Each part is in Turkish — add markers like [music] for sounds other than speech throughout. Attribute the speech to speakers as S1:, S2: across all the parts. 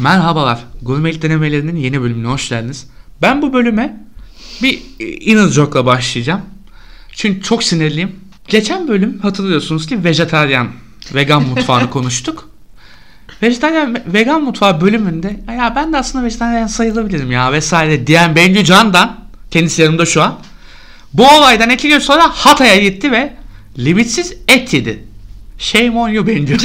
S1: Merhabalar, gurmelik denemelerinin yeni bölümüne hoş geldiniz. Ben bu bölüme bir e, inner joke'la başlayacağım. Çünkü çok sinirliyim. Geçen bölüm hatırlıyorsunuz ki vejetaryen, vegan mutfağını konuştuk. Vejetaryen, vegan mutfağı bölümünde ya ben de aslında vejetaryen sayılabilirim ya vesaire diyen Bengü Can'dan, kendisi yanımda şu an. Bu olaydan iki gün sonra Hatay'a gitti ve limitsiz et yedi. Shame on you Bengü.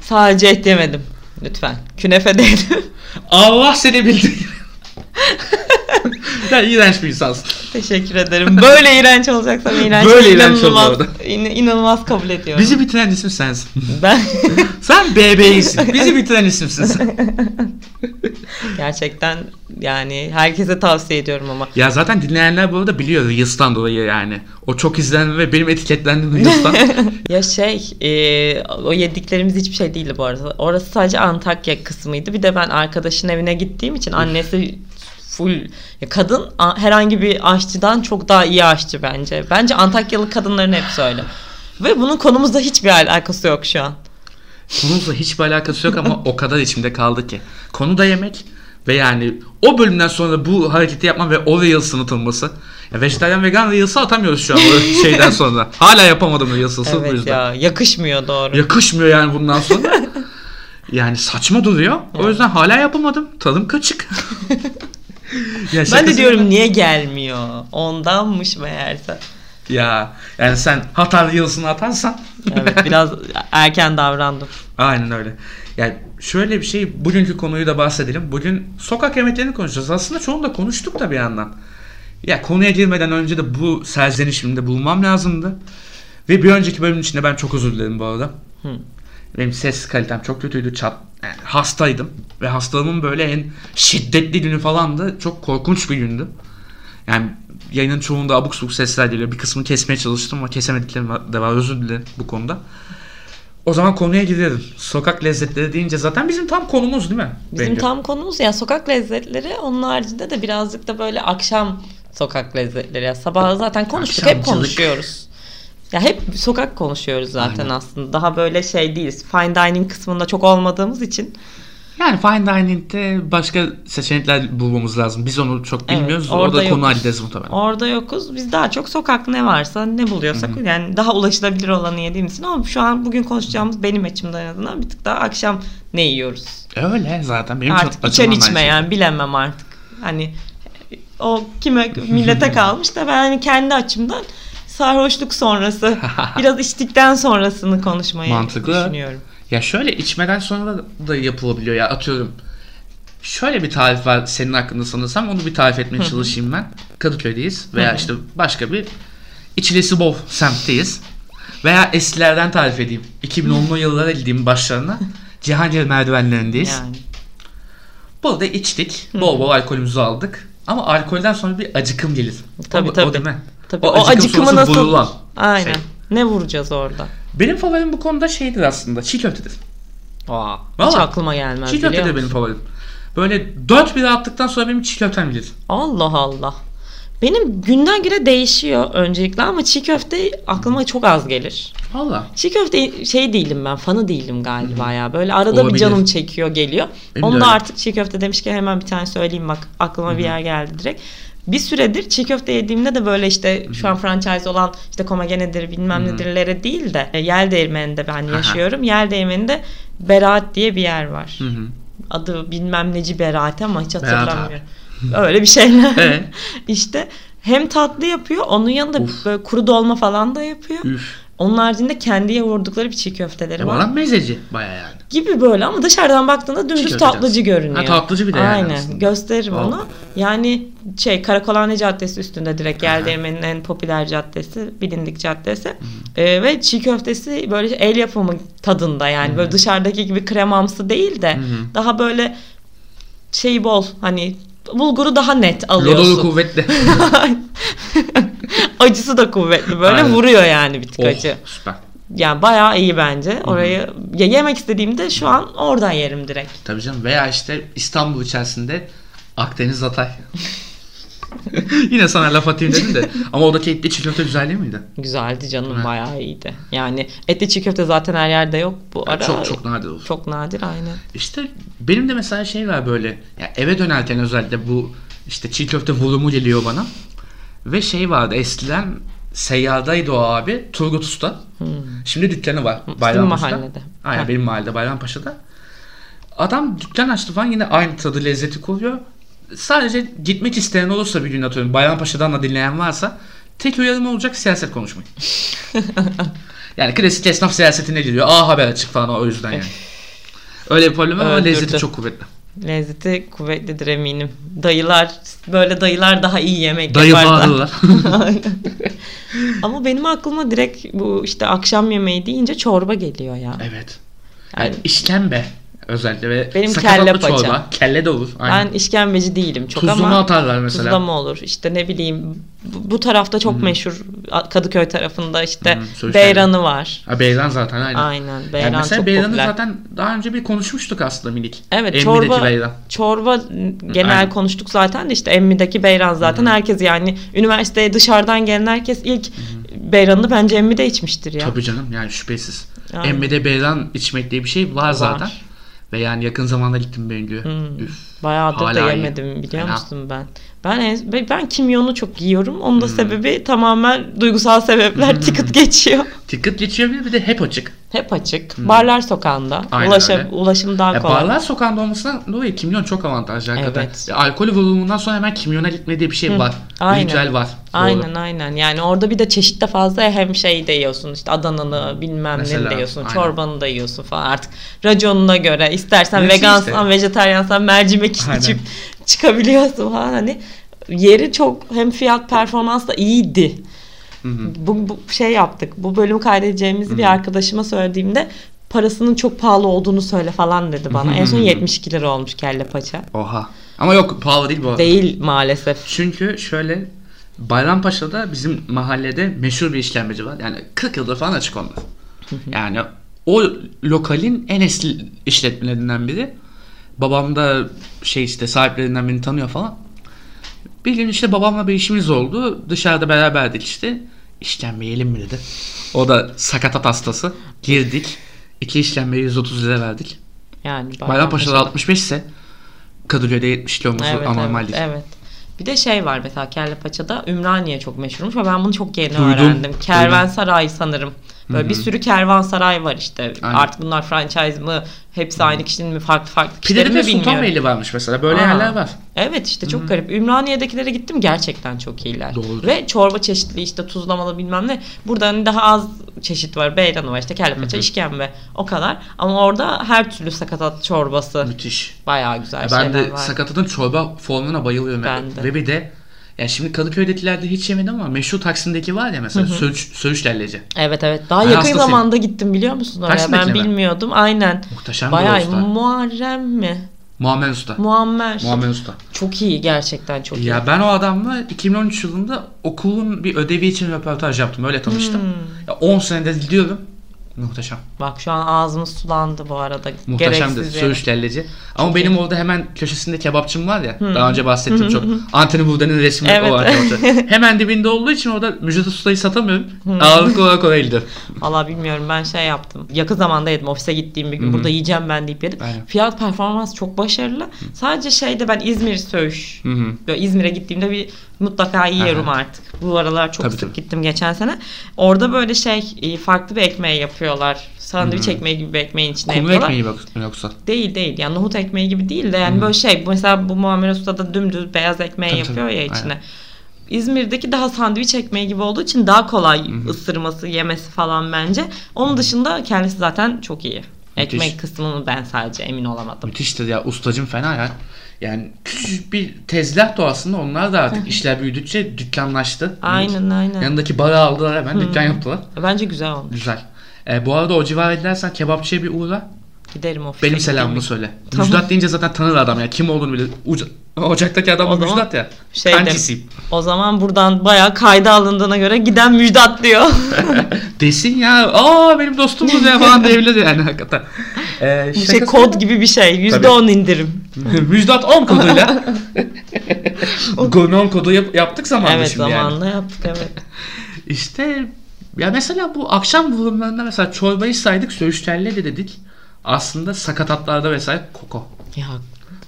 S2: Sadece et yemedim. Lütfen. Künefe de yedim. [laughs]
S1: Allah seni bildi. [laughs] Sen iğrenç bir insansın.
S2: Teşekkür ederim. Böyle iğrenç olacaksam iğrenç.
S1: Böyle iğrenç ol bu
S2: inanılmaz,
S1: arada.
S2: in- inanılmaz kabul ediyorum.
S1: Bizi bitiren isim sensin.
S2: Ben
S1: [laughs] Sen bebeğisin. Bizi bitiren isimsin sen.
S2: [laughs] gerçekten yani herkese tavsiye ediyorum ama.
S1: Ya zaten dinleyenler bu arada biliyor Reels'tan dolayı yani. O çok izlendi ve benim etiketlendiğim
S2: [laughs]
S1: Reels'tan.
S2: Ya şey e, o yediklerimiz hiçbir şey değildi bu arada. Orası sadece Antakya kısmıydı. Bir de ben arkadaşın evine gittiğim için annesi full ya kadın a- herhangi bir aşçıdan çok daha iyi aşçı bence. Bence Antakyalı kadınların hepsi öyle. Ve bunun konumuzda hiçbir alakası yok şu an.
S1: Konumuzla hiçbir alakası yok ama o kadar içimde kaldı ki. Konu da yemek ve yani o bölümden sonra bu hareketi yapmam ve o Reels'ın atılması. Ya vejetaryen vegan Reels'ı atamıyoruz şu an o şeyden sonra. Hala yapamadım Reels'ı sırf bu
S2: Evet
S1: yüzden.
S2: ya yakışmıyor doğru.
S1: Yakışmıyor yani bundan
S2: [laughs]
S1: sonra. yani saçma duruyor. O yüzden hala yapamadım. Tadım
S2: [laughs]
S1: kaçık. Ya
S2: ben de
S1: şakası-
S2: diyorum niye gelmiyor? Ondanmış meğerse.
S1: Ya yani sen hatan yılısını atarsan.
S2: Evet [laughs] biraz erken davrandım.
S1: [laughs] Aynen öyle. Yani şöyle bir şey bugünkü konuyu da bahsedelim. Bugün sokak yemeklerini konuşacağız. Aslında çoğunu da konuştuk da bir yandan. Ya konuya girmeden önce de bu serzenişimde bulunmam lazımdı. Ve bir önceki bölümün içinde ben çok özür dilerim bu arada.
S2: Hı.
S1: Benim ses kalitem çok kötüydü. Çat, yani hastaydım. Ve hastalığımın böyle en şiddetli günü falandı. Çok korkunç bir gündü. Yani yayının çoğunda abuk subuk sesler geliyor. Bir kısmını kesmeye çalıştım ama kesemediklerim var- de var. Özür dilerim bu konuda. O zaman konuya girelim. Sokak lezzetleri deyince zaten bizim tam konumuz değil mi?
S2: Bizim
S1: Bengü?
S2: tam konumuz ya sokak lezzetleri. Onun haricinde de birazcık da böyle akşam sokak lezzetleri. Ya sabah zaten konuştuk hep
S1: Akşamcılık.
S2: konuşuyoruz. Ya hep sokak konuşuyoruz zaten aslında. Daha böyle şey değiliz. Fine dining kısmında çok olmadığımız için.
S1: Yani fine dining'de başka seçenekler bulmamız lazım. Biz onu çok
S2: Evet,
S1: bilmiyoruz.
S2: orada
S1: Orada konu
S2: yokuz.
S1: hallederiz muhtemelen.
S2: Orada yokuz. Biz daha çok sokak ne varsa ne buluyorsak yani daha ulaşılabilir olanı yediğimiz için ama şu an bugün konuşacağımız benim açımdan en azından bir tık daha akşam ne yiyoruz?
S1: Öyle zaten. Benim
S2: artık
S1: çok
S2: içen
S1: açımdan aynı
S2: içme
S1: şey.
S2: yani bilemem artık. Hani o
S1: [laughs]
S2: kime millete kalmış da ben hani kendi açımdan
S1: [laughs]
S2: sarhoşluk sonrası biraz içtikten sonrasını konuşmayı
S1: Mantıklı.
S2: düşünüyorum.
S1: Ya şöyle içmeden sonra da yapılabiliyor ya atıyorum. Şöyle bir tarif var senin hakkında sanırsam onu bir tarif etmeye çalışayım ben. Kadıköy'deyiz veya işte başka bir içilesi bol semtteyiz. Veya eskilerden tarif edeyim. 2010'lu yıllara gideyim başlarına. Cihangir merdivenlerindeyiz.
S2: Yani
S1: Burada içtik. Bol bol alkolümüzü aldık. Ama alkolden sonra bir acıkım gelir.
S2: Tabii,
S1: o, O
S2: tabii.
S1: değil mi?
S2: tabii
S1: O
S2: o,
S1: acıkım
S2: acıkımı
S1: sonrası
S2: nasıl
S1: boyulan
S2: Aynen.
S1: şey.
S2: Ne vuracağız orada?
S1: Benim favorim bu konuda şeydir aslında. Çiğ köftedir.
S2: Aa, hiç
S1: Valla.
S2: aklıma gelmez
S1: Çiğ köfte
S2: biliyor
S1: de benim
S2: musun?
S1: favorim. Böyle 4 bira attıktan sonra benim çiğ köftem gelir.
S2: Allah Allah. Benim günden güne değişiyor öncelikle ama çiğ köfte aklıma çok az gelir.
S1: Valla.
S2: Çiğ köfte şey değilim ben fanı değilim galiba ya. Böyle arada bir
S1: Olabilir.
S2: canım çekiyor geliyor.
S1: Benim de
S2: Onu
S1: öyle.
S2: da artık çiğ köfte demişken hemen bir tane söyleyeyim bak aklıma bir yer geldi direkt. Bir süredir çiğ köfte yediğimde de böyle işte şu an franchise olan işte Komagene'dir bilmem nedirlere değil de e, Yel Değirmeni'nde ben yaşıyorum. Yel Değirmeni'nde Berat diye bir yer var.
S1: Hı hı.
S2: Adı bilmem neci Berat ama hiç
S1: Berat abi.
S2: hatırlamıyorum. Öyle
S1: [laughs]
S2: bir şeyler. [laughs]
S1: Ee?
S2: işte hem tatlı yapıyor onun yanında böyle kuru dolma falan da yapıyor.
S1: Üf.
S2: Onun haricinde kendi yoğurdukları bir çiğ köfteleri var.
S1: Bana mezeci baya yani.
S2: Gibi böyle ama dışarıdan baktığında dümdüz
S1: köfte
S2: tatlıcı
S1: canısı.
S2: görünüyor.
S1: Ha, tatlıcı bir de yani
S2: Aynen.
S1: aslında.
S2: Gösteririm
S1: Vallahi.
S2: onu. Yani şey Karakolhane Caddesi üstünde direkt Yeldeğmen'in en popüler caddesi, bilindik caddesi. Ee, ve çiğ köftesi böyle el yapımı tadında yani böyle dışarıdaki gibi kremamsı değil de
S1: hı.
S2: daha böyle şey bol hani bulguru daha net
S1: Lodolu
S2: alıyorsun.
S1: kuvvetli.
S2: [laughs] Acısı da kuvvetli böyle
S1: Aynen.
S2: vuruyor yani bir tık
S1: oh
S2: acı.
S1: süper.
S2: Yani bayağı iyi bence. Orayı ya yemek istediğimde şu an oradan yerim direkt. [laughs]
S1: Tabii canım. Veya işte İstanbul içerisinde Akdeniz Hatay. [laughs] Yine sana laf atayım dedim de. Ama oradaki etli çiğ köfte güzel değil miydi?
S2: Güzeldi canım bayağı iyiydi. Yani etli çiğ köfte zaten her yerde yok bu
S1: Ya
S2: ara.
S1: çok çok nadir olur.
S2: Çok nadir aynı.
S1: İşte benim de mesela şey var böyle. Ya eve dönerken özellikle bu işte çiğ köfte volumu geliyor bana. Ve şey vardı eskiden Seyyada'ydı o abi Turgut Usta. Şimdi dükkanı var Bayrampaşa'da.
S2: Hmm. mahallede.
S1: Aynen
S2: Ha.
S1: benim mahallede Bayrampaşa'da. Adam dükkan açtı falan yine aynı tadı lezzeti koruyor. Sadece gitmek isteyen olursa bir gün atıyorum Bayrampaşa'dan da dinleyen varsa tek uyarım olacak siyaset konuşmayın. yani klasik esnaf siyasetine giriyor. A haber açık falan o yüzden yani. Öyle bir problem var ama
S2: Eh. Öldürdü.
S1: lezzeti çok kuvvetli.
S2: [laughs] Lezzeti kuvvetlidir eminim. Dayılar böyle dayılar daha iyi yemek
S1: Dayı
S2: yaparlar.
S1: bağırırlar.
S2: Aynen. [laughs] Ama benim aklıma direkt bu işte akşam yemeği deyince çorba geliyor ya.
S1: evet. Yani
S2: Yani
S1: işkembe özellikle ve
S2: Benim
S1: sakatatlı
S2: kelle paça.
S1: çorba. Kelle de olur. Aynen.
S2: ben işkembeci değilim çok
S1: Tuzluğunu
S2: ama
S1: atarlar mesela.
S2: tuzla mı olur? İşte ne bileyim bu, bu tarafta çok meşhur Kadıköy tarafında işte
S1: Hı, Söğüş
S2: beyranı var.
S1: Ha, beyran zaten aynen.
S2: Aynen.
S1: Yani
S2: Beyran
S1: mesela
S2: çok
S1: beyranı
S2: popüler.
S1: zaten daha önce bir konuşmuştuk aslında minik.
S2: Evet
S1: Emmi'deki
S2: çorba
S1: beyran.
S2: çorba genel
S1: Aynen.
S2: konuştuk zaten de işte Emmi'deki beyran zaten herkes yani üniversiteye dışarıdan gelen herkes ilk beyranını bence Emmi'de içmiştir ya.
S1: Tabii canım yani şüphesiz.
S2: Aynen.
S1: Emme'de beyran içmek diye bir şey var, zaten. Ve yani yakın zamanda gittim Bengü'ye.
S2: Hmm.
S1: Üf.
S2: Bayağıdır
S1: Hala
S2: da
S1: iyi.
S2: yemedim biliyor
S1: Fena.
S2: musun ben. Ben en- ben- ben kimyonu çok yiyorum. Onun da sebebi tamamen duygusal sebepler tıkıt geçiyor.
S1: Ticket geçiyor bir de- bir de hep açık.
S2: Hep açık. Barlar sokağında.
S1: Aynen
S2: Ulaşa-
S1: öyle.
S2: ulaşım daha
S1: Ya
S2: kolay.
S1: barlar sokağında olmasından dolayı kimyon çok avantajlı hakikaten.
S2: Evet.
S1: Ve alkol vurumundan sonra hemen kimyona gitme diye bir şey var.
S2: Aynen.
S1: Bir ritüel var. Doğru.
S2: Aynen aynen. Yani orada bir de çeşit de fazla ya, hem şey de yiyorsun işte Adana'lı bilmem
S1: Mesela,
S2: ne de yiyorsun.
S1: aynen.
S2: Çorbanı da yiyorsun falan artık. Raconuna göre istersen
S1: Neyse
S2: vegansan,
S1: işte.
S2: vejetaryansan mercimek
S1: Aynen.
S2: içip çıkabiliyorsun falan hani. Yeri çok hem fiyat performans da iyiydi. Bu, bu şey yaptık. Bu bölümü kaydedeceğimizi bir arkadaşıma söylediğimde parasının çok pahalı olduğunu söyle falan dedi bana. En son 72 lira olmuş kelle paça.
S1: Oha. Ama yok pahalı değil bu arada.
S2: Değil maalesef.
S1: Çünkü şöyle Bayrampaşa'da bizim mahallede meşhur bir işkembeci var. Yani 40 yıldır falan açık onlar. Yani o lokalin en eski işletmelerinden biri. Babam da şey işte sahiplerinden birini tanıyor falan. Bir gün işte babamla bir işimiz oldu. Dışarıda beraberdik işte. İşkembe yiyelim mi dedi. O da sakatat hastası. Girdik. İki işkembeye 130 lira verdik.
S2: Yani
S1: Bayrampaşa'da 65 ise Kadıköy'de 70 kilo olması anormal
S2: evet,
S1: değil.
S2: evet. Bir de şey var mesela kelle paçada Ümraniye çok meşhurmuş ve ben bunu çok yeni
S1: Duydum,
S2: öğrendim.
S1: duydum.
S2: Kervansaray sanırım. Böyle bir sürü kervansaray var işte.
S1: Aynen.
S2: Artık bunlar franchise mı? Hepsi aynı kişinin mi? Farklı farklı kişilerin
S1: Pideli
S2: mi
S1: ve
S2: bilmiyorum.
S1: Sultanbeyli varmış mesela. Böyle
S2: Aa.
S1: yerler var.
S2: Evet işte çok garip. Ümraniye'dekilere gittim gerçekten çok iyiler.
S1: Doğru.
S2: Ve çorba çeşitli işte tuzlamalı bilmem ne. Burada hani daha az çeşit var. Beyranı var işte kelle paça, işkembe o kadar. Ama orada her türlü sakatat çorbası
S1: Müthiş.
S2: bayağı güzel
S1: ben
S2: şeyler
S1: de
S2: var.
S1: sakatatın çorba formuna bayılıyorum. yani.
S2: Ben de.
S1: Ve bir de yani şimdi Kadıköy'dekilerde hiç yemedim ama meşhur Taksim'deki var ya mesela söğüş, söğüş lelleci.
S2: Evet evet. Daha
S1: Ben
S2: yakın
S1: hastasıyım.
S2: zamanda gittim biliyor musun oraya?
S1: Taksim'dekine
S2: ben
S1: mi?
S2: bilmiyordum. Aynen.
S1: Muhteşem bir
S2: Bayağı
S1: usta.
S2: Muharrem mi?
S1: Muammer Usta.
S2: Muammer.
S1: Muammer Usta.
S2: Çok iyi gerçekten çok iyi.
S1: Ya ben o adamla 2013 yılında okulun bir ödevi için röportaj yaptım. Öyle tanıştım.
S2: Hmm.
S1: Ya 10 senedir gidiyorum. Muhteşem.
S2: Bak şu an ağzımız sulandı bu arada.
S1: Muhteşemdi.
S2: Gereksiz yere.
S1: Söğüş lelleci. Ama benim orada hemen köşesinde kebapçım var ya. Daha önce bahsettim çok. Anthony Bourdain'in resmi
S2: Evet.
S1: o var.
S2: [laughs]
S1: orada. hemen dibinde olduğu için orada Müjdat Usta'yı satamıyorum. Ağırlık olarak oraya gidiyorum.
S2: Valla bilmiyorum ben şey yaptım. Yakın zamanda yedim ofise gittiğim bir gün burada yiyeceğim ben deyip yedim.
S1: Aynen.
S2: Fiyat performans çok başarılı. Sadece şeyde ben İzmir söğüş.
S1: hı.
S2: Böyle İzmir'e gittiğimde bir mutlaka yiyorum
S1: Aha.
S2: artık. Bu aralar çok
S1: Tabii,
S2: sık
S1: tabii.
S2: gittim geçen sene. Orada böyle şey e, farklı bir ekmeği yapıyorlar. Sandviç ekmeği gibi bir ekmeğin içine
S1: Hmm. Kumru
S2: yapıyorlar.
S1: ekmeği bak yoksa.
S2: Değil değil yani nohut ekmeği gibi değil de yani böyle şey bu mesela bu Muammer Usta da dümdüz beyaz ekmeği
S1: Tabii,
S2: yapıyor
S1: tabii.
S2: ya içine.
S1: Aynen.
S2: İzmir'deki daha sandviç ekmeği gibi olduğu için daha kolay ısırması, yemesi falan bence. Onun dışında kendisi zaten çok iyi. Ekmek
S1: Müthiş.
S2: kısmını ben sadece emin olamadım.
S1: Müthiştir ya ustacım fena ya. Yani küçücük bir tezgah da aslında onlar da artık işler büyüdükçe dükkanlaştı.
S2: Aynen aynen.
S1: Yanındaki barı aldılar hemen dükkan yaptılar.
S2: Bence güzel olmuş.
S1: Güzel. E, bu arada o civar edersen kebapçıya bir uğra.
S2: Giderim ofise.
S1: Benim
S2: gideyim.
S1: selamımı söyle.
S2: Şey Tamam.
S1: Müjdat deyince zaten tanır adam ya. Kim olduğunu bile. Uca- Ocaktaki adam
S2: O
S1: o
S2: zaman
S1: Müjdat ya.
S2: şey
S1: Şey
S2: de- [laughs] O zaman buradan bayağı kayda alındığına göre giden
S1: [laughs]
S2: müjdat diyor.
S1: Desin ya. Aa benim dostumuz ya falan diyebilir yani hakikaten. E, [laughs]
S2: bir şey kod gibi bir şey. %10 şey. indirim. [laughs]
S1: Müjdat 10 koduyla. Gonon kodu yap- yaptık zamanında
S2: evet
S1: şimdi yani.
S2: zamanla yaptık evet.
S1: İşte ya mesela bu akşam bulumlarında mesela çorbayı saydık, söğüşlerle de dedik. Aslında sakatatlarda vesaire koko.
S2: ya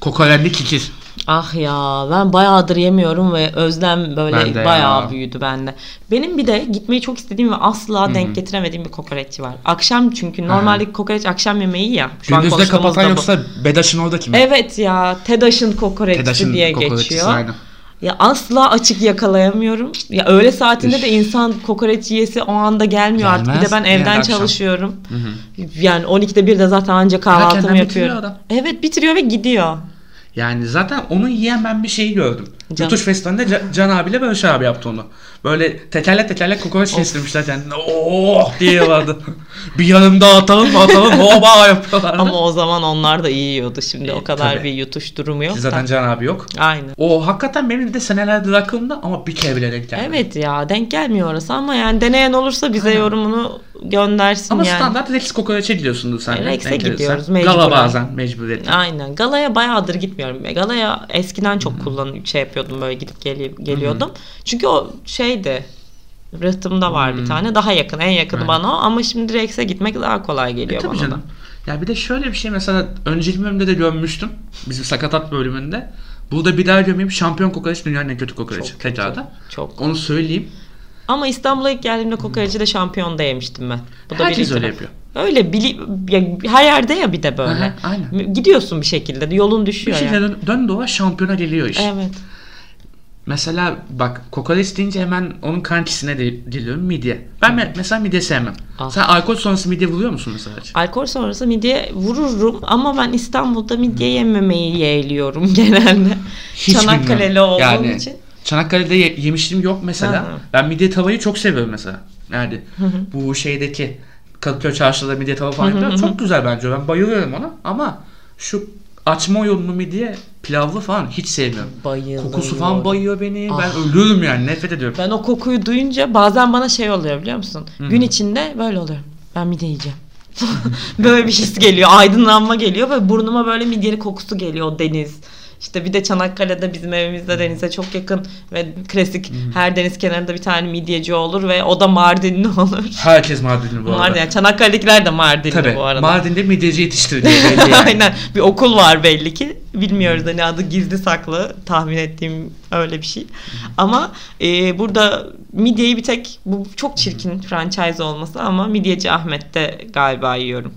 S1: Kokorendi kikir.
S2: Ah ya ben bayağıdır yemiyorum ve özlem böyle
S1: Ben de
S2: bayağı
S1: ya.
S2: büyüdü bende. Benim bir de gitmeyi çok istediğim ve asla denk getiremediğim bir kokoreççi var. Akşam çünkü normalde kokoreç akşam yemeği ya. Şu an
S1: Gündüzde
S2: konuştuğumuz da
S1: kapatan
S2: bu.
S1: yoksa Bedaş'ın oradaki mi?
S2: Evet ya TEDAŞ'ın kokoreççi
S1: Bedaş'ın
S2: diye
S1: kokoreççisi,
S2: geçiyor.
S1: aynen.
S2: Ya asla açık yakalayamıyorum. Ya öğle saatinde de
S1: Üf.
S2: insan kokoreç yiyesi o anda gelmiyor artık. Bir
S1: Gelmez.
S2: de ben
S1: Genelde
S2: evden
S1: akşam.
S2: çalışıyorum. Yani 12'de 1'de zaten ancak kahvaltımı
S1: Erkenden bitiriyor
S2: yapıyorum.
S1: adam.
S2: Evet bitiriyor ve gidiyor.
S1: Yani zaten onu yiyen ben bir şeyi gördüm.
S2: Can.
S1: Yutuş Festivali'nde Ca- Can abiyle Barış abi yaptı onu. Böyle tekerle tekerle kokoreç kestirmişler kendine. Oh diye vardı. [laughs] bir yanında atalım atalım hoba yapıyorlar.
S2: Ama o zaman onlar da iyi yiyordu. Şimdi o kadar
S1: tabii.
S2: bir yutuş durumu yok.
S1: Zaten
S2: da.
S1: Can abi yok.
S2: Aynen.
S1: O hakikaten benim de senelerdir aklımda ama bir kere bile denk gelmedi.
S2: Evet ya denk gelmiyor orası ama yani deneyen olursa bize yorumunu göndersin
S1: Ama
S2: yani.
S1: standart Rex kokoreçe gidiyorsundur sen. de.
S2: Rex'e
S1: Denk gelirsen.
S2: gidiyoruz
S1: Gala
S2: mecburen.
S1: bazen mecburiyetle.
S2: Aynen. Galaya bayağıdır gitmiyorum. Galaya eskiden çok kullan şey yapıyordum böyle gidip geli- geliyordum. Çünkü o şeydi rıhtımda var bir tane. Daha yakın. En yakını bana o. Ama şimdi Rex'e gitmek daha kolay
S1: E,
S2: geliyor
S1: tabii
S2: bana da.
S1: canım. Ya bir de şöyle bir şey mesela önceki bölümde de görmüştüm. Bizim sakatat bölümünde. Burada bir daha görmeyeyim. Şampiyon kokoreç dünyanın en kötü kokoreçi.
S2: Çok
S1: Tekrar
S2: kötü.
S1: da.
S2: Çok.
S1: Onu söyleyeyim.
S2: Ama İstanbul'a ilk geldiğimde kokoreci de şampiyonda yemiştim ben. Bu da
S1: Herkes
S2: bir
S1: öyle
S2: itiraf.
S1: yapıyor.
S2: Öyle bili ya, her yerde ya bir de böyle.
S1: Aha, aynen.
S2: Gidiyorsun bir şekilde yolun
S1: Bir
S2: düşüyor ya.
S1: şekilde dön, dön doğa şampiyona geliyor iş.
S2: Evet.
S1: Mesela bak kokoreç deyince hemen onun kankisine de geliyorum midye. Ben me- mesela midye sevmem.
S2: Ah.
S1: Sen alkol sonrası midye buluyor musun mesela hiç?
S2: Alkol sonrası midye vururum ama ben İstanbul'da midye yememeyi yeğliyorum [laughs] genelde.
S1: Hiç
S2: Çanakkale'li
S1: bilmiyorum.
S2: olduğum
S1: Yani
S2: için.
S1: Çanakkale'de ye- yemişliğim yok mesela.
S2: Ha.
S1: Ben midye tavayı çok seviyorum mesela. Yani bu şeydeki Kadıköy çarşıda midye tava falan yapıyorlar. Çok güzel bence. Ben bayılıyorum ona ama şu açma yolunu midye pilavlı falan hiç sevmiyorum.
S2: Bayılıyorum.
S1: Kokusu falan bayıyor beni.
S2: Ah.
S1: Ben ölüyorum yani. Nefret ediyorum.
S2: Ben o kokuyu duyunca bazen bana şey oluyor biliyor musun? Gün içinde böyle oluyorum. Ben midye yiyeceğim. [laughs] böyle bir his geliyor. Aydınlanma geliyor ve burnuma böyle midyenin kokusu geliyor. O deniz. İşte bir de Çanakkale'de bizim evimizde denize çok yakın ve klasik her deniz kenarında bir tane midyeci olur ve o da Mardinli [laughs] olur.
S1: Herkes Mardinli bu arada.
S2: Mardin, yani Çanakkale'dekiler de Mardinli
S1: Tabii.
S2: bu arada.
S1: Mardin'de midyeci yetiştirdiği belli yani.
S2: [laughs] Aynen. Bir okul var belli ki. Bilmiyoruz hani adı gizli saklı tahmin ettiğim öyle bir şey. Ama e, burada midyeyi bir tek bu çok çirkin franchise olması ama midyeci Ahmet'te galiba yiyorum.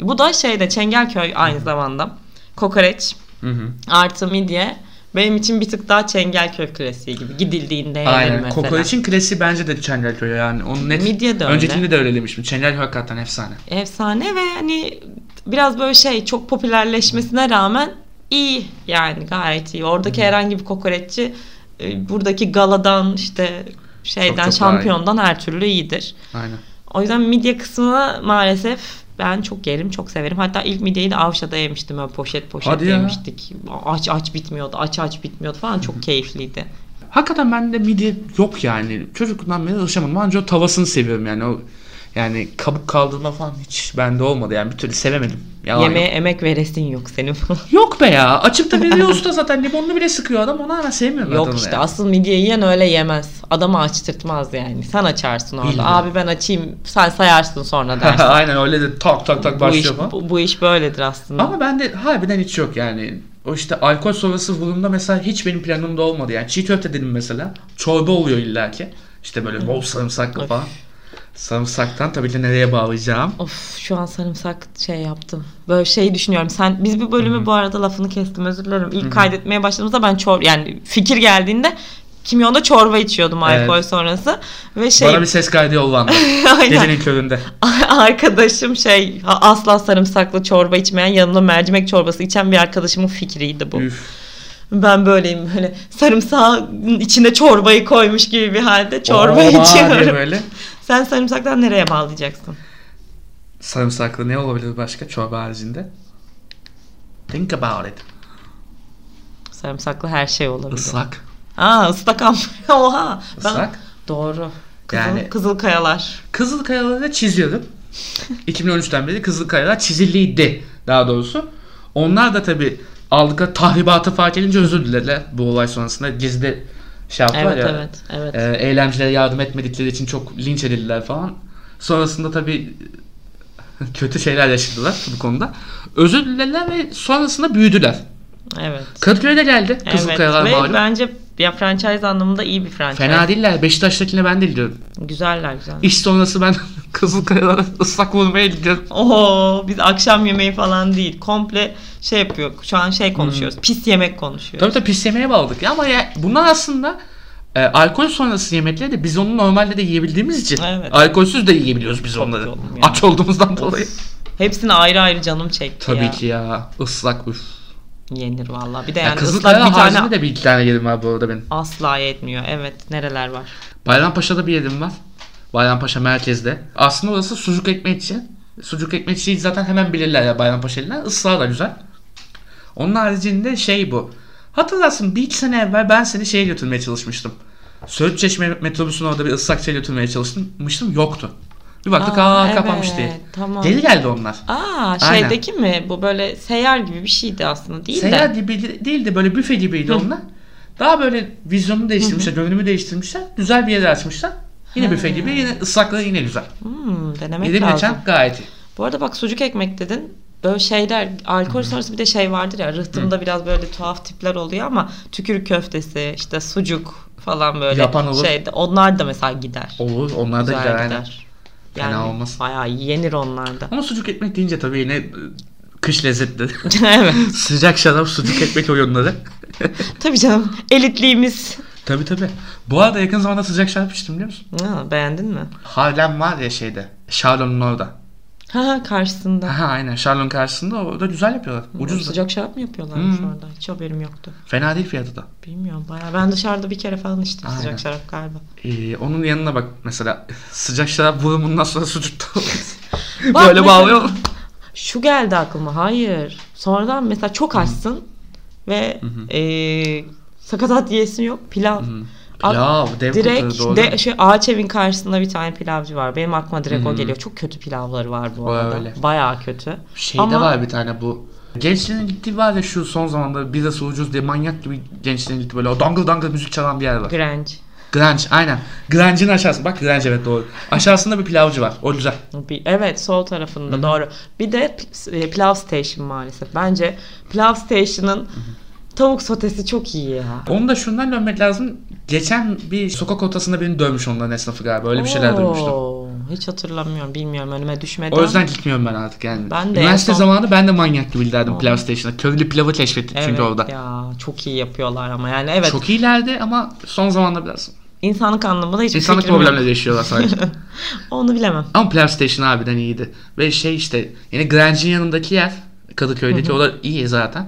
S2: Bu da şeyde Çengelköy aynı zamanda. Kokoreç
S1: Hı hı.
S2: artı midye benim için bir tık daha Çengelköy klasiği gibi gidildiğinde yenir
S1: Aynen.
S2: mesela.
S1: Kokoreç'in klasiği bence de Çengelköy yani. Onun net...
S2: Midye de öyle.
S1: Öncekinde de öyle demiştim. Çengelköy hakikaten efsane.
S2: efsane ve hani biraz böyle şey çok popülerleşmesine rağmen iyi yani gayet iyi. Oradaki herhangi bir kokoreççi e, buradaki galadan işte şeyden
S1: Çok çok daha iyi.
S2: şampiyondan her türlü iyidir.
S1: Aynen.
S2: O yüzden midye kısmına maalesef ben çok yerim, çok severim. Hatta ilk midyeyi de Avşa'da yemiştim. Böyle poşet poşet
S1: Hadi ya.
S2: yemiştik. Aç aç bitmiyordu, aç aç bitmiyordu falan. Çok keyifliydi.
S1: Hakikaten bende midye yok yani. Çocukluğumdan beri alışamadım. Ancak o tavasını seviyorum yani. O yani kabuk kaldırma falan hiç bende olmadı yani. Bir türlü sevemedim. Yalan yok.
S2: Yemeğe emek veresin yok senin falan.
S1: Yok be ya. Açıp da veriyor usta zaten. Limonlu bile sıkıyor adam. Ona rağmen sevmiyorum ben
S2: Yok
S1: tadını
S2: işte
S1: [laughs] yani.
S2: asıl midye yiyen öyle yemez. Adamı açtırtmaz yani. Sen açarsın orada.
S1: Bilmiyorum.
S2: Abi ben açayım sen
S1: [laughs]
S2: sayarsın sonra dersin.
S1: Aynen öyle de tak tak tak
S2: bu, iş,
S1: başlıyor falan.
S2: bu, bu iş böyledir aslında.
S1: Ama bende harbiden hiç yok yani. O işte alkol sonrası bulumda mesela hiç benim planımda olmadı. Yani çiğ köfte dedim mesela. Çorba oluyor illaki. İşte böyle bol sarımsaklı
S2: Of.
S1: falan. Sarımsaktan tabii ki nereye bağlayacağım.
S2: Of şu an sarımsak şey yaptım. Böyle şey düşünüyorum. Sen biz bir bölümü bu arada lafını kestim özür dilerim. İlk kaydetmeye başladığımızda ben çor yani fikir geldiğinde kimyonda çorba içiyordum alkol
S1: Evet.
S2: sonrası ve şey [laughs]
S1: Bana bir ses kaydı yollandı.
S2: aynen
S1: Gecenin köründe.
S2: [laughs] arkadaşım şey "Ha, asla sarımsaklı çorba içmeyen yanımda mercimek çorbası içen bir arkadaşımın fikriydi bu.
S1: Üf.
S2: Ben böyleyim böyle sarımsağın içine çorbayı koymuş gibi bir halde çorba
S1: Oha diye
S2: içiyorum.
S1: böyle.
S2: Sen sarımsaktan nereye bağlayacaksın?
S1: Sarımsaklı ne olabilir başka çorba haricinde? Think about it.
S2: Sarımsaklı her şey olabilir.
S1: Islak.
S2: Aa ıslak am- [laughs] Oha. Ben-
S1: Islak.
S2: Doğru. Kızıl,
S1: Yani-
S2: kızıl kayalar.
S1: Kızıl Kayalar'da çiziyordum. 2013'ten beri Kızıl Kayalar çiziliydi daha doğrusu. Onlar da tabii aldıkları tahribatı fark edince özür dilediler bu olay sonrasında. Gizli şey yaptılar
S2: Evet
S1: ya.
S2: evet evet.
S1: E, eylemcilere yardım etmedikleri için çok linç edildiler falan. Sonrasında tabii [laughs] kötü şeyler yaşadılar bu konuda. Özür dilediler ve sonrasında büyüdüler.
S2: evet.
S1: Kadıköy'de geldi
S2: Evet.
S1: Kızılkayalar
S2: Ve
S1: malum.
S2: bence ya franchise anlamında iyi bir franchise.
S1: Fena değiller. Beşiktaş'takine ben de gidiyorum.
S2: Güzeller güzel.
S1: İş sonrası ben [laughs] Kızılkayalar'a ıslak vurmaya gidiyorum.
S2: Oho biz akşam yemeği falan değil. Komple şey yapıyor. Şu an şey konuşuyoruz.
S1: Hmm.
S2: Pis yemek konuşuyoruz.
S1: Tabii tabii pis yemeğe bağladık ya ama ya bunlar aslında e, alkol sonrası yemekleri de biz onu normalde de yiyebildiğimiz için
S2: Evet.
S1: alkolsüz de yiyebiliyoruz biz onları.
S2: oğlum ya.
S1: Aç olduğumuzdan dolayı.
S2: Hepsini ayrı ayrı canım çekti
S1: Tabii
S2: ya.
S1: ki ya. Islak üf.
S2: Yenir vallahi. Bir de
S1: Ya
S2: yani
S1: Kızılkaya
S2: ıslak bir
S1: haricinde
S2: tane
S1: de bir iki tane yedim abi bu arada benim.
S2: asla yetmiyor. Evet nereler var?
S1: Bayrampaşa'da bir yedim var. Bayrampaşa merkezde. Aslında orası sucuk ekmekçi. Sucuk ekmekçiyi zaten hemen bilirler ya Bayrampaşa'lılar. Israr da güzel. Onun haricinde şey bu. Hatırlarsın bir iki sene evvel ben seni şeye götürmeye çalışmıştım. Söğütçeşme metrobüsüne orada bir ıslak şey götürmeye çalışmıştım. Yoktu. Bir baktık aa,
S2: Aa, evet,
S1: kapanmış diye.
S2: tamam.
S1: Geri geldi onlar.
S2: Aa
S1: Aynen.
S2: şeydeki mi? Bu böyle seyyar gibi bir şeydi aslında değil
S1: Seyyar
S2: de.
S1: gibi değil de böyle büfe gibiydi onlar. Daha böyle vizyonu değiştirmişler, görünümü değiştirmişler. Güzel bir yere açmışlar. Yine büfe gibi, yine ıslaklığı yine güzel.
S2: Hmm, denemek
S1: Yedim
S2: lazım.
S1: geçen gayet iyi.
S2: Bu arada bak sucuk ekmek dedin. Böyle şeyler alkol sonrası bir de şey vardır ya rıhtımda biraz böyle tuhaf tipler oluyor ama tükürük köftesi işte sucuk falan böyle
S1: Yapan olur.
S2: şeyde onlar da mesela gider.
S1: Olur onlar da
S2: Güzel
S1: gider aynen.
S2: gider.
S1: Fena
S2: Yani
S1: olmaz.
S2: bayağı yenir onlar da. [laughs]
S1: Ama sucuk ekmek deyince tabii yine e, kış lezzetleri.
S2: evet.
S1: [laughs] Sıcak şarap sucuk ekmek [laughs] oyunları.
S2: Tabii canım. Elitliğimiz.
S1: tabii tabii. Bu arada yakın zamanda sıcak şarap içtim biliyor musun?
S2: Ha, beğendin mi?
S1: Harlem var ya şeyde. Şarlon'un orada.
S2: Ha ha, karşısında.
S1: Aha aynen Şarlon karşısında orada güzel yapıyorlar. Ucuz da.
S2: Sıcak şarap mı yapıyorlarmış
S1: Hmm.
S2: orada? Hiç haberim yoktu.
S1: Fena değil fiyatı da.
S2: Bilmiyorum bayağı. Ben dışarıda bir kere falan içtim
S1: Aynen.
S2: sıcak şarap galiba.
S1: Ee, onun yanına bak mesela sıcak şarap vurumundan sonra sucuk [laughs] da
S2: [laughs] Bak
S1: [laughs] Böyle
S2: mesela-
S1: bağlıyor.
S2: Şu geldi aklıma. Hayır. Sonradan mesela çok açsın ve e, eee sakatat yiyesin yok. Pilav. Ak-
S1: Pilav, dev
S2: Direkt
S1: kutu, doğru.
S2: de, şey, ağaç evin karşısında bir tane pilavcı var. Benim aklıma direkt
S1: Hı.
S2: o geliyor. Çok kötü pilavları var bu
S1: Bayağı
S2: arada.
S1: öyle.
S2: Bayağı kötü.
S1: Şeyde
S2: Ama-
S1: var bir tane bu. Gençlerin gittiği var ya şu son zamanlarda bir de ucuz diye manyak gibi gençlerin gittiği böyle o dangıl dangıl müzik çalan bir yer var.
S2: Grange.
S1: Grunge aynen. Grunge'in aşağısı. Bak Grunge evet doğru. Aşağısında bir pilavcı var. O güzel.
S2: Bir- evet sol tarafında doğru. Bir de p- e, Pilav Station maalesef. Bence Pilav Station'ın tavuk sotesi çok iyi ya.
S1: Onu da şundan dönmek lazım. Geçen bir sokak ortasında birini dövmüş onların esnafı galiba. Öyle bir şeyler duymuştum.
S2: Oo, Hiç hatırlamıyorum. Bilmiyorum. Önüme düşmedi.
S1: O yüzden gitmiyorum ben artık yani.
S2: Ben de
S1: Üniversite
S2: en son-
S1: zamanı ben de manyak gibi derdim
S2: Oo.
S1: pilav station'da. Köylü pilavı keşfettik
S2: ama-
S1: çünkü
S2: Evet
S1: orada.
S2: ya. Çok iyi yapıyorlar ama yani evet.
S1: Çok iyilerdi ama son zamanda biraz
S2: insanlık anlamında hiçbir
S1: insanlık
S2: fikrim yok. [laughs]
S1: problemleri yaşıyorlar sanki.
S2: Onu bilemem.
S1: Ama PlayStation harbiden iyiydi. Ve şey işte yani Grange'in yanındaki yer Kadıköy'deki o da iyi zaten.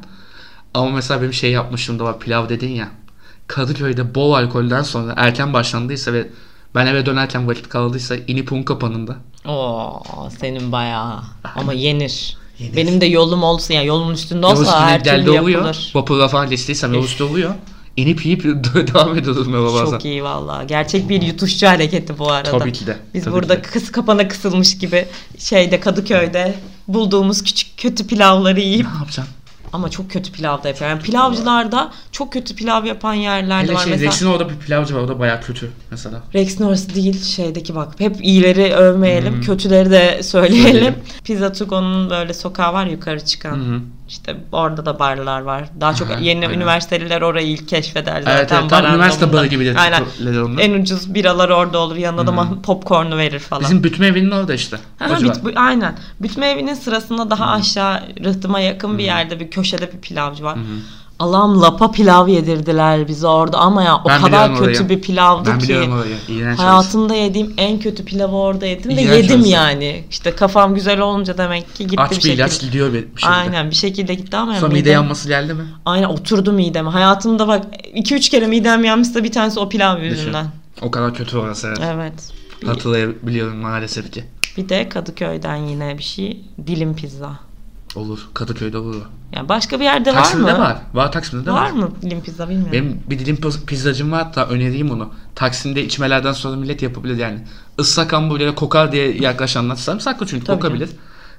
S1: Ama mesela benim şey yapmışım da var pilav dedin ya. Kadıköy'de bol alkolden sonra erken başlandıysa ve ben eve dönerken vakit kaldıysa inip un kapanında.
S2: Oo senin bayağı. Ama yenir. Benim de yolum olsun ya yolumun üstünde olsa
S1: Yavuz
S2: her
S1: Tünel'de
S2: türlü
S1: oluyor.
S2: yapılır.
S1: Vapurla falan geçtiysem Yavuz'da oluyor. İnip yiyip [laughs] devam ediyordum ben bazen.
S2: Çok iyi valla. Gerçek bir yutuşçu hareketi bu arada.
S1: Tabii ki de,
S2: Biz
S1: tabii
S2: burada
S1: ki de.
S2: kız kapana kısılmış gibi şeyde Kadıköy'de bulduğumuz küçük kötü pilavları yiyip
S1: Ne yapacaksın?
S2: ama çok kötü pilav da yapıyor. Yani pilavcılarda çok kötü pilav yapan yerler de
S1: Hele
S2: var.
S1: şey
S2: Mesela
S1: Rex'in orada bir pilavcı var o da bayağı kötü mesela.
S2: Rex'in orası değil şeydeki bak. Hep iyileri övmeyelim, kötüleri de söyleyelim.
S1: Söyleyelim.
S2: Pizza Tugo'nun böyle sokağı var yukarı çıkan.
S1: hı.
S2: İşte orada da barlar var. Daha çok
S1: Aha,
S2: yeni
S1: aynen.
S2: üniversiteliler orayı ilk keşfeder zaten.
S1: Evet, evet tam
S2: bar
S1: üniversite
S2: anlamında.
S1: barı gibi de
S2: Aynen.
S1: tipleri onlar.
S2: En ucuz biralar orada olur. Yanına da ma- popcorn'u verir falan.
S1: Bizim bütme evinin orada işte.
S2: Aha,
S1: O civar.
S2: büt- bu- aynen. Bütme evinin sırasında daha aşağı rıhtıma yakın bir yerde bir köşede bir pilavcı var. Allah'ım lapa pilav yedirdiler bize orada ama ya o
S1: Ben
S2: kadar
S1: biliyorum
S2: kötü
S1: orayı.
S2: bir pilavdı
S1: Ben
S2: ki.
S1: biliyorum orayı. İğrenç orası.
S2: Hayatımda yediğim en kötü pilavı orada yedim ve
S1: İğrenç
S2: yedim
S1: orası.
S2: yani. İşte kafam güzel olunca demek ki gitti
S1: Aç bir
S2: şekilde.
S1: ilaç gidiyor bir bir şekilde.
S2: Aynen bir şekilde gitti ama yani
S1: Sonra mide
S2: midem-
S1: yanması geldi mi?
S2: Aynen oturdu mideme. Hayatımda bak 2-3 kere midem yanmışsa bir tanesi o pilav yüzünden.
S1: O kadar kötü orası şey. evet.
S2: Evet. Bir,
S1: Hatırlayabiliyorum maalesef ki.
S2: bir de Kadıköy'den yine bir şey. Dilim pizza.
S1: Olur. Kadıköy'de olur. o.
S2: Yani başka bir yerde var mı?
S1: Taksim'de var. Var Taksim'de de var.
S2: Var mı dilim pizza bilmiyorum.
S1: Benim bir dilim piz- pizzacım var hatta önereyim onu. Taksim'de içmelerden sonra millet yapabilir yani. Islak hamburgere kokar diye yaklaşanlar sarımsaklı çünkü
S2: Tabii
S1: kokabilir.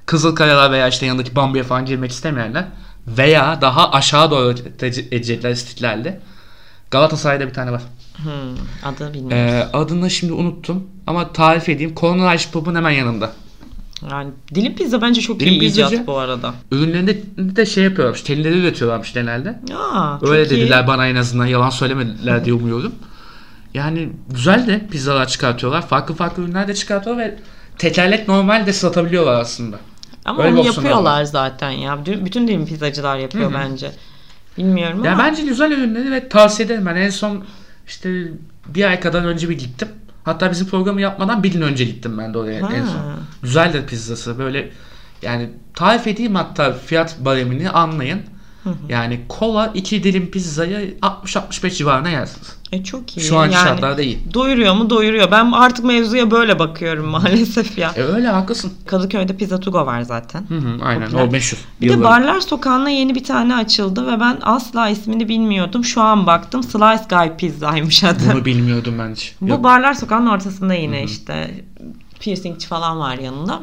S1: Kızılkayalar veya işte yanındaki bambuya falan girmek istemeyenler veya daha aşağı doğru te- edecekler istiklalde. Galatasaray'da bir tane var.
S2: Hmm, adı bilmiyorum.
S1: Ee, adını şimdi unuttum ama tarif edeyim. Corner Ice Pop'un hemen yanında.
S2: Yani dilim pizza bence çok
S1: Dilim
S2: iyi
S1: pizzacı.
S2: icat bu arada.
S1: Ürünlerinde de şey yapıyorlarmış. Telleri üretiyorlarmış genelde.
S2: Aa, çok
S1: Öyle
S2: iyi.
S1: dediler bana en azından. Yalan söylemediler diye umuyorum. Yani güzel de pizzalar çıkartıyorlar. Farklı farklı ürünler de çıkartıyorlar ve tekerlek normal de satabiliyorlar aslında.
S2: Ama
S1: Öyle bir
S2: onu
S1: opsiyon
S2: yapıyorlar zaten ya. Bütün bütün dilim pizzacılar yapıyor bence. Bilmiyorum
S1: Ya
S2: ama.
S1: bence güzel ürünleri ve tavsiye ederim. Ben en son işte bir ay kadar önce bir gittim. Hatta bizim programı yapmadan bir gün önce gittim ben de oraya en
S2: Ha.
S1: son. Güzel de pizzası böyle yani tarif edeyim hatta fiyat baremini anlayın. Yani kola iki dilim pizzayı 60-65 civarına yersiniz.
S2: E, çok iyi.
S1: Şu anki
S2: yani,
S1: şartlarda iyi.
S2: Doyuruyor mu? Doyuruyor. Ben artık mevzuya böyle bakıyorum [laughs] maalesef ya.
S1: E öyle haklısın.
S2: Kadıköy'de Pizza Tugo var zaten.
S1: Hı hı, aynen
S2: Popüler.
S1: o meşhur.
S2: Bir de
S1: Yılların.
S2: Barlar Sokağı'na yeni bir tane açıldı ve ben asla ismini bilmiyordum. Şu an baktım Slice Guy Pizza'ymış adı.
S1: Bunu bilmiyordum ben hiç.
S2: [laughs] Bu
S1: Yok.
S2: Barlar Sokağı'nın ortasında yine işte piercingçi falan var yanında.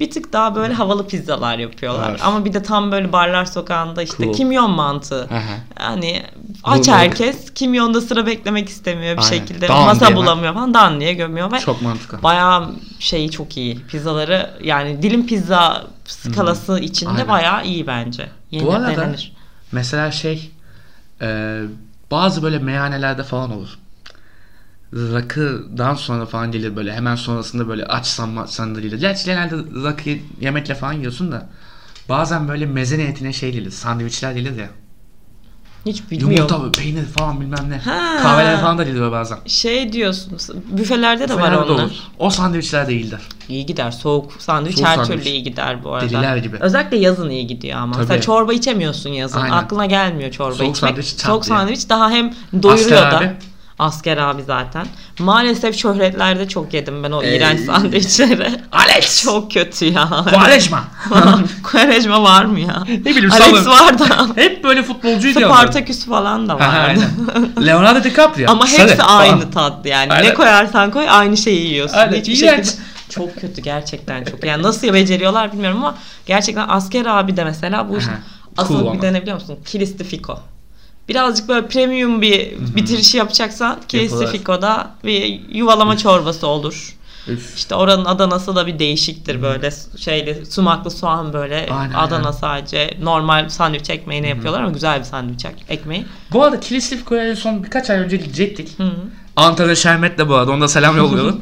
S2: Bir tık daha böyle havalı pizzalar yapıyorlar.
S1: Evet.
S2: Ama bir de tam böyle Barlar Sokağı'nda işte
S1: Cool.
S2: kimyon mantığı.
S1: Hı hı.
S2: Yani aç
S1: Bulgur.
S2: herkes kimyonda sıra beklemek istemiyor bir
S1: Aynen.
S2: şekilde.
S1: Dan
S2: Masa
S1: diye.
S2: bulamıyor falan dan diye gömüyor ve
S1: Çok mantıklı.
S2: bayağı şeyi çok iyi. Pizzaları yani dilim pizza skalası içinde
S1: Hmm. Aynen.
S2: bayağı iyi bence. Yeni
S1: Bu arada
S2: denenir.
S1: mesela şey e, bazı böyle meyhanelerde falan olur. Rakıdan sonra falan gelir böyle hemen sonrasında böyle açsan maçsan da gelir. Gerçi genelde rakıyı yemekle falan yiyorsun da bazen böyle meze niyetine şey gelir sandviçler gelir ya.
S2: Hiç bilmiyorum.
S1: Yumurta, peynir falan bilmem ne.
S2: Ha.
S1: Kahveler falan da gelir bazen.
S2: Şey diyorsunuz büfelerde de var
S1: Fena da
S2: onlar.
S1: olur. O sandviçler değildir.
S2: İyi gider. Soğuk sandviç
S1: Soğuk
S2: her
S1: sandviç.
S2: türlü iyi gider bu arada.
S1: Deliler gibi.
S2: Özellikle yazın iyi gidiyor ama. Mesela
S1: Tabii.
S2: çorba içemiyorsun yazın.
S1: Aynen.
S2: Aklına gelmiyor çorba
S1: Soğuk
S2: içmek.
S1: sandviç çat
S2: Soğuk
S1: diye.
S2: sandviç daha hem doyuruyor
S1: Asker
S2: da.
S1: abi.
S2: Asker abi zaten. Maalesef şöhretlerde çok yedim ben o
S1: Ey.
S2: iğrenç sandviçleri. [laughs]
S1: Alex!
S2: çok kötü ya. [laughs]
S1: [laughs] Kuvareşma!
S2: Kuvarejma var mı ya?
S1: [laughs] ne bileyim
S2: Alex
S1: salın.
S2: var da.
S1: Hep böyle futbolcuydu ya. onlar.
S2: Spartaküs falan da
S1: Ha, ha,
S2: vardı. [laughs]
S1: aynen. Leonardo DiCaprio.
S2: Ama
S1: Sarı
S2: hepsi
S1: falan.
S2: aynı tatlı yani. Ne
S1: Aynen.
S2: koyarsan koy aynı şeyi yiyorsun.
S1: Aynen.
S2: Hiçbir
S1: İğrenç.
S2: şekilde- Çok kötü gerçekten çok. Yani nasıl beceriyorlar bilmiyorum ama gerçekten asker abi de mesela bu işte
S1: Aha.
S2: asıl
S1: Cool
S2: bir
S1: ama.
S2: de ne biliyor musun? Kiristifiko. Birazcık böyle premium bir bitirişi yapacaksan Kiristifiko'da bir yuvalama çorbası olur.
S1: Üf.
S2: İşte oranın Adana'sı da bir değişiktir böyle şeyli sumaklı soğan böyle
S1: Aynen,
S2: Adana
S1: aynen.
S2: sadece normal sandviç ekmeğine yapıyorlar ama güzel bir sandviç ek- ekmeği.
S1: Bu arada Kilisif Kore'ye son birkaç ay önce gidecektik.
S2: Hı.
S1: Antalya Şermet'le bu arada ona selam
S2: [laughs]
S1: yolluyorum.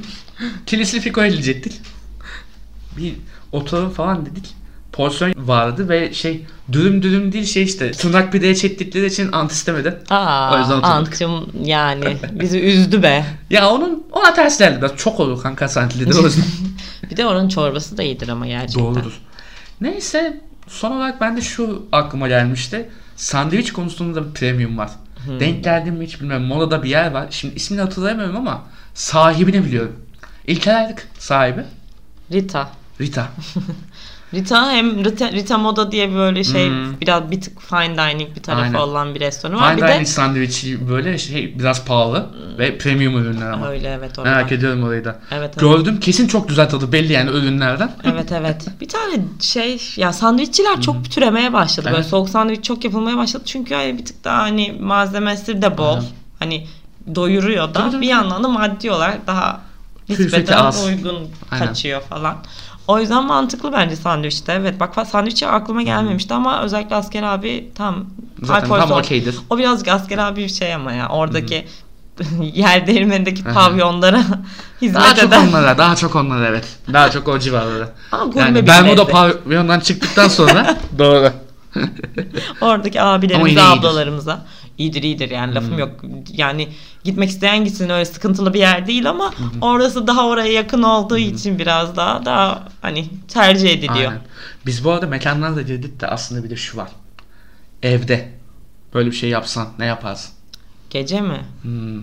S1: Kilisif Kore'ye gidecektik. Bir oturalım falan dedik. Porsiyon vardı ve şey dürüm dürüm değil şey işte tırnak pideye çektikleri için ant istemedi. O
S2: Aa,
S1: yüzden oturduk.
S2: Ant'cım yani bizi üzdü be.
S1: Ya onun ona ters geldi biraz çok olur kanka santili de o
S2: [laughs]
S1: yüzden.
S2: Bir de oranın çorbası da iyidir ama gerçekten.
S1: Doğrudur. Neyse son olarak ben de şu aklıma gelmişti. Sandviç konusunda da bir premium var.
S2: Hmm.
S1: Denk geldim mi hiç bilmiyorum. Mola'da bir yer var. Şimdi ismini hatırlayamıyorum ama sahibini biliyorum. İlker Aylık sahibi.
S2: Rita.
S1: Rita.
S2: Rita hem Rita, Rita Moda diye böyle şey
S1: Hmm.
S2: biraz bir tık fine dining bir tarafı
S1: Aynen.
S2: olan bir restoranı var.
S1: Fine
S2: bir de
S1: dining sandviçi böyle şey biraz pahalı ve premium ürünler ama.
S2: öyle evet orada.
S1: Merak ediyorum orayı da.
S2: Evet evet.
S1: Gördüm kesin çok güzel tadı belli yani ürünlerden.
S2: evet evet. Bir tane şey ya sandviççiler çok türemeye başladı. Böyle
S1: Evet.
S2: soğuk sandviç çok yapılmaya başladı. Çünkü hani bir tık daha hani malzemesi de bol.
S1: Aynen.
S2: Hani doyuruyor da
S1: Tabii, tabii,
S2: bir
S1: tabii.
S2: yandan da maddi olarak daha
S1: Külfeti
S2: nispeten
S1: az.
S2: uygun
S1: Aynen.
S2: kaçıyor falan. O yüzden mantıklı bence sandviçte. Evet bak fa- sandviçe aklıma gelmemişti ama özellikle asker abi tam
S1: Zaten
S2: alkol
S1: tam
S2: son-
S1: okeydir.
S2: O birazcık asker abi bir şey ama ya oradaki [laughs] yer değirmenindeki
S1: Aha.
S2: pavyonlara
S1: Daha
S2: hizmet
S1: çok
S2: eden.
S1: onlara, daha çok onlara evet. Daha çok o civarlara.
S2: Ama gurme
S1: Yani
S2: bir
S1: Bermuda
S2: lezzet.
S1: pavyondan çıktıktan
S2: [laughs]
S1: sonra doğru. [laughs]
S2: Oradaki
S1: Ama yine
S2: abilerimize,
S1: iyidir.
S2: ablalarımıza. İyidir iyidir yani lafım yok. Yani gitmek isteyen gitsin öyle sıkıntılı bir yer değil ama orası daha oraya yakın olduğu için biraz daha daha hani tercih ediliyor.
S1: Aynen. Biz bu arada mekanlara da girdik de aslında bir de şu var. Evde böyle bir şey yapsan ne yaparsın?
S2: Gece mi?
S1: Hmm.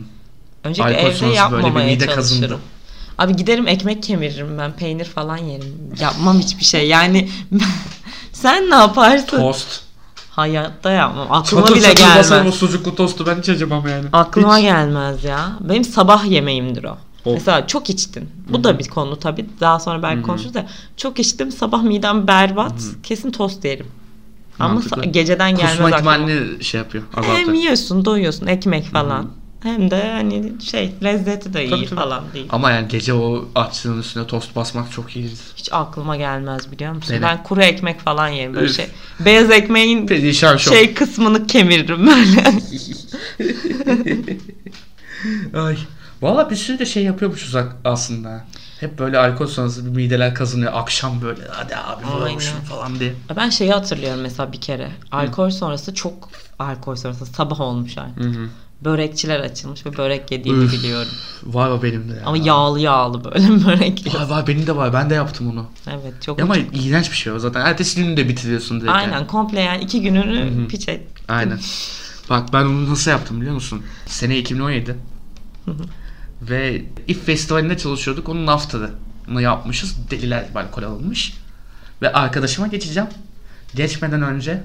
S2: Öncelikle
S1: Alkol
S2: evde
S1: sonrası böyle bir
S2: yapmamaya
S1: mide
S2: çalışırım.
S1: kazındı.
S2: Abi giderim ekmek kemiririm ben peynir falan yerim. Yapmam hiçbir şey yani [laughs] sen ne yaparsın?
S1: Tost.
S2: Hayatta yapmam aklıma
S1: Çatır
S2: bile
S1: çatır basarım o
S2: gelmez.
S1: sucuklu tostu ben hiç acımam yani.
S2: Aklıma
S1: Hiç.
S2: gelmez ya. Benim sabah yemeğimdir o.
S1: Of.
S2: Mesela çok içtin. Bu da bir konu tabii. Daha sonra belki konuşuruz da. Çok içtim. Sabah midem berbat. Kesin tost yerim. Ama
S1: Mantıklı.
S2: sa- geceden gelmez
S1: Kusma
S2: aklıma.
S1: ihtimalini şey yapıyor.
S2: Hem
S1: Azaltıyor.
S2: yiyorsun, doyuyorsun ekmek falan. Hem de hani şey lezzeti de iyi
S1: Tabii, tabii.
S2: falan değil.
S1: Ama yani gece o açlığın üstüne tost basmak çok iyidir.
S2: Hiç aklıma gelmez biliyor musun?
S1: Dene.
S2: Ben kuru ekmek falan yerim böyle
S1: Üf.
S2: şey. Beyaz ekmeğin
S1: Perişan şov.
S2: şey kısmını
S1: [laughs]
S2: kemiririm böyle.
S1: Ay. Valla bir sürü de şey yapıyormuşuz ak- aslında. Hep böyle alkol sonrası bir mideler kazınıyor. Akşam böyle hadi abi
S2: Aynen.
S1: buluşun falan diye.
S2: ben şeyi hatırlıyorum mesela bir kere. Alkol sonrası çok alkol sonrası sabah olmuş artık. Börekçiler açılmış ve börek yediğimi
S1: Üf.
S2: biliyorum.
S1: Var o benim de ya.
S2: Ama yağlı yağlı böyle [laughs] börek.
S1: Var var benim de var. Ben de yaptım onu.
S2: evet çok
S1: Ama iğrenç bir şey o zaten. Ertesi günü de bitiriyorsun direkt. yani.
S2: Aynen komple yani iki gününü piç et.
S1: Aynen. Bak ben onu nasıl yaptım biliyor musun? Sene 2017. Ve İF Festivali'nde çalışıyorduk. Onun haftalığını yapmışız. Deliler gibi alkol alınmış. Ve arkadaşıma geçeceğim. Geçmeden önce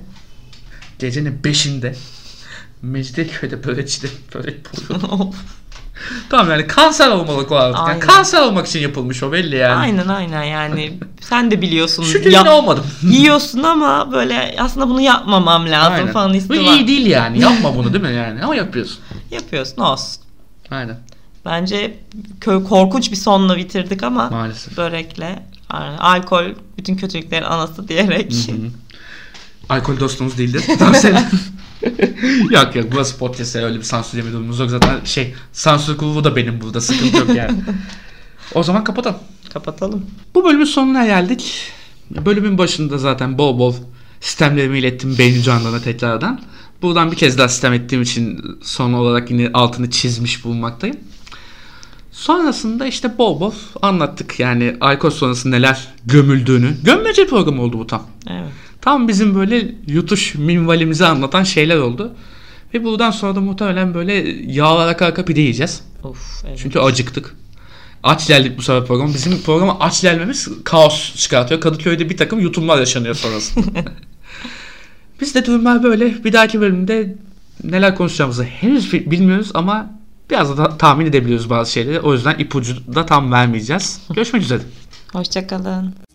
S1: gecenin 5'inde Mecidiyeköy'de börekçide börek
S2: [laughs]
S1: buluyorum. tamam yani kanser olmalık o artık. Yani
S2: Aynen.
S1: kanser olmak için yapılmış o belli yani.
S2: Aynen aynen yani sen de biliyorsun.
S1: Şu gün [laughs]
S2: Ya-
S1: yine olmadım.
S2: yiyorsun ama böyle aslında bunu yapmamam lazım
S1: Aynen.
S2: falan
S1: Bu
S2: hissi var.
S1: iyi değil
S2: [laughs]
S1: yani. Yapma bunu değil mi yani? Ama yapıyorsun.
S2: Yapıyorsun olsun.
S1: Aynen.
S2: Bence köy korkunç bir sonla bitirdik ama
S1: Maalesef.
S2: börekle a- alkol bütün kötülüklerin anası diyerek
S1: Alkol dostumuz değildir. [laughs] Tavsiye ederim. yok yok burası podcast'e öyle bir sansür yeme durumumuz yok. Zaten şey sansür kulübü da benim burada sıkıntı yok
S2: [laughs]
S1: yani. o zaman kapatalım.
S2: [laughs] kapatalım.
S1: Bu bölümün sonuna geldik. Bölümün başında zaten bol bol sistemlerimi ilettim Beyni Candan'a tekrardan. Buradan bir kez daha sistem ettiğim için son olarak yine altını çizmiş bulunmaktayım. Sonrasında işte bol bol anlattık yani Aykos sonrası neler gömüldüğünü. Gömmece programı oldu bu tam.
S2: Evet.
S1: Tam bizim böyle yutuş minvalimizi anlatan şeyler oldu. Ve buradan sonra da muhtemelen böyle yağlara kalka pide yiyeceğiz.
S2: Of evet.
S1: Çünkü acıktık. Aç geldik bu sefer program. Bizim programa aç gelmemiz kaos çıkartıyor. Kadıköy'de bir takım yutumlar yaşanıyor sonrasında. Biz de durumlar böyle. Bir dahaki bölümde neler konuşacağımızı henüz bi- bilmiyoruz ama biraz da tahmin edebiliyoruz bazı şeyleri. O yüzden ipucu da tam vermeyeceğiz. Görüşmek üzere.
S2: Hoşçakalın.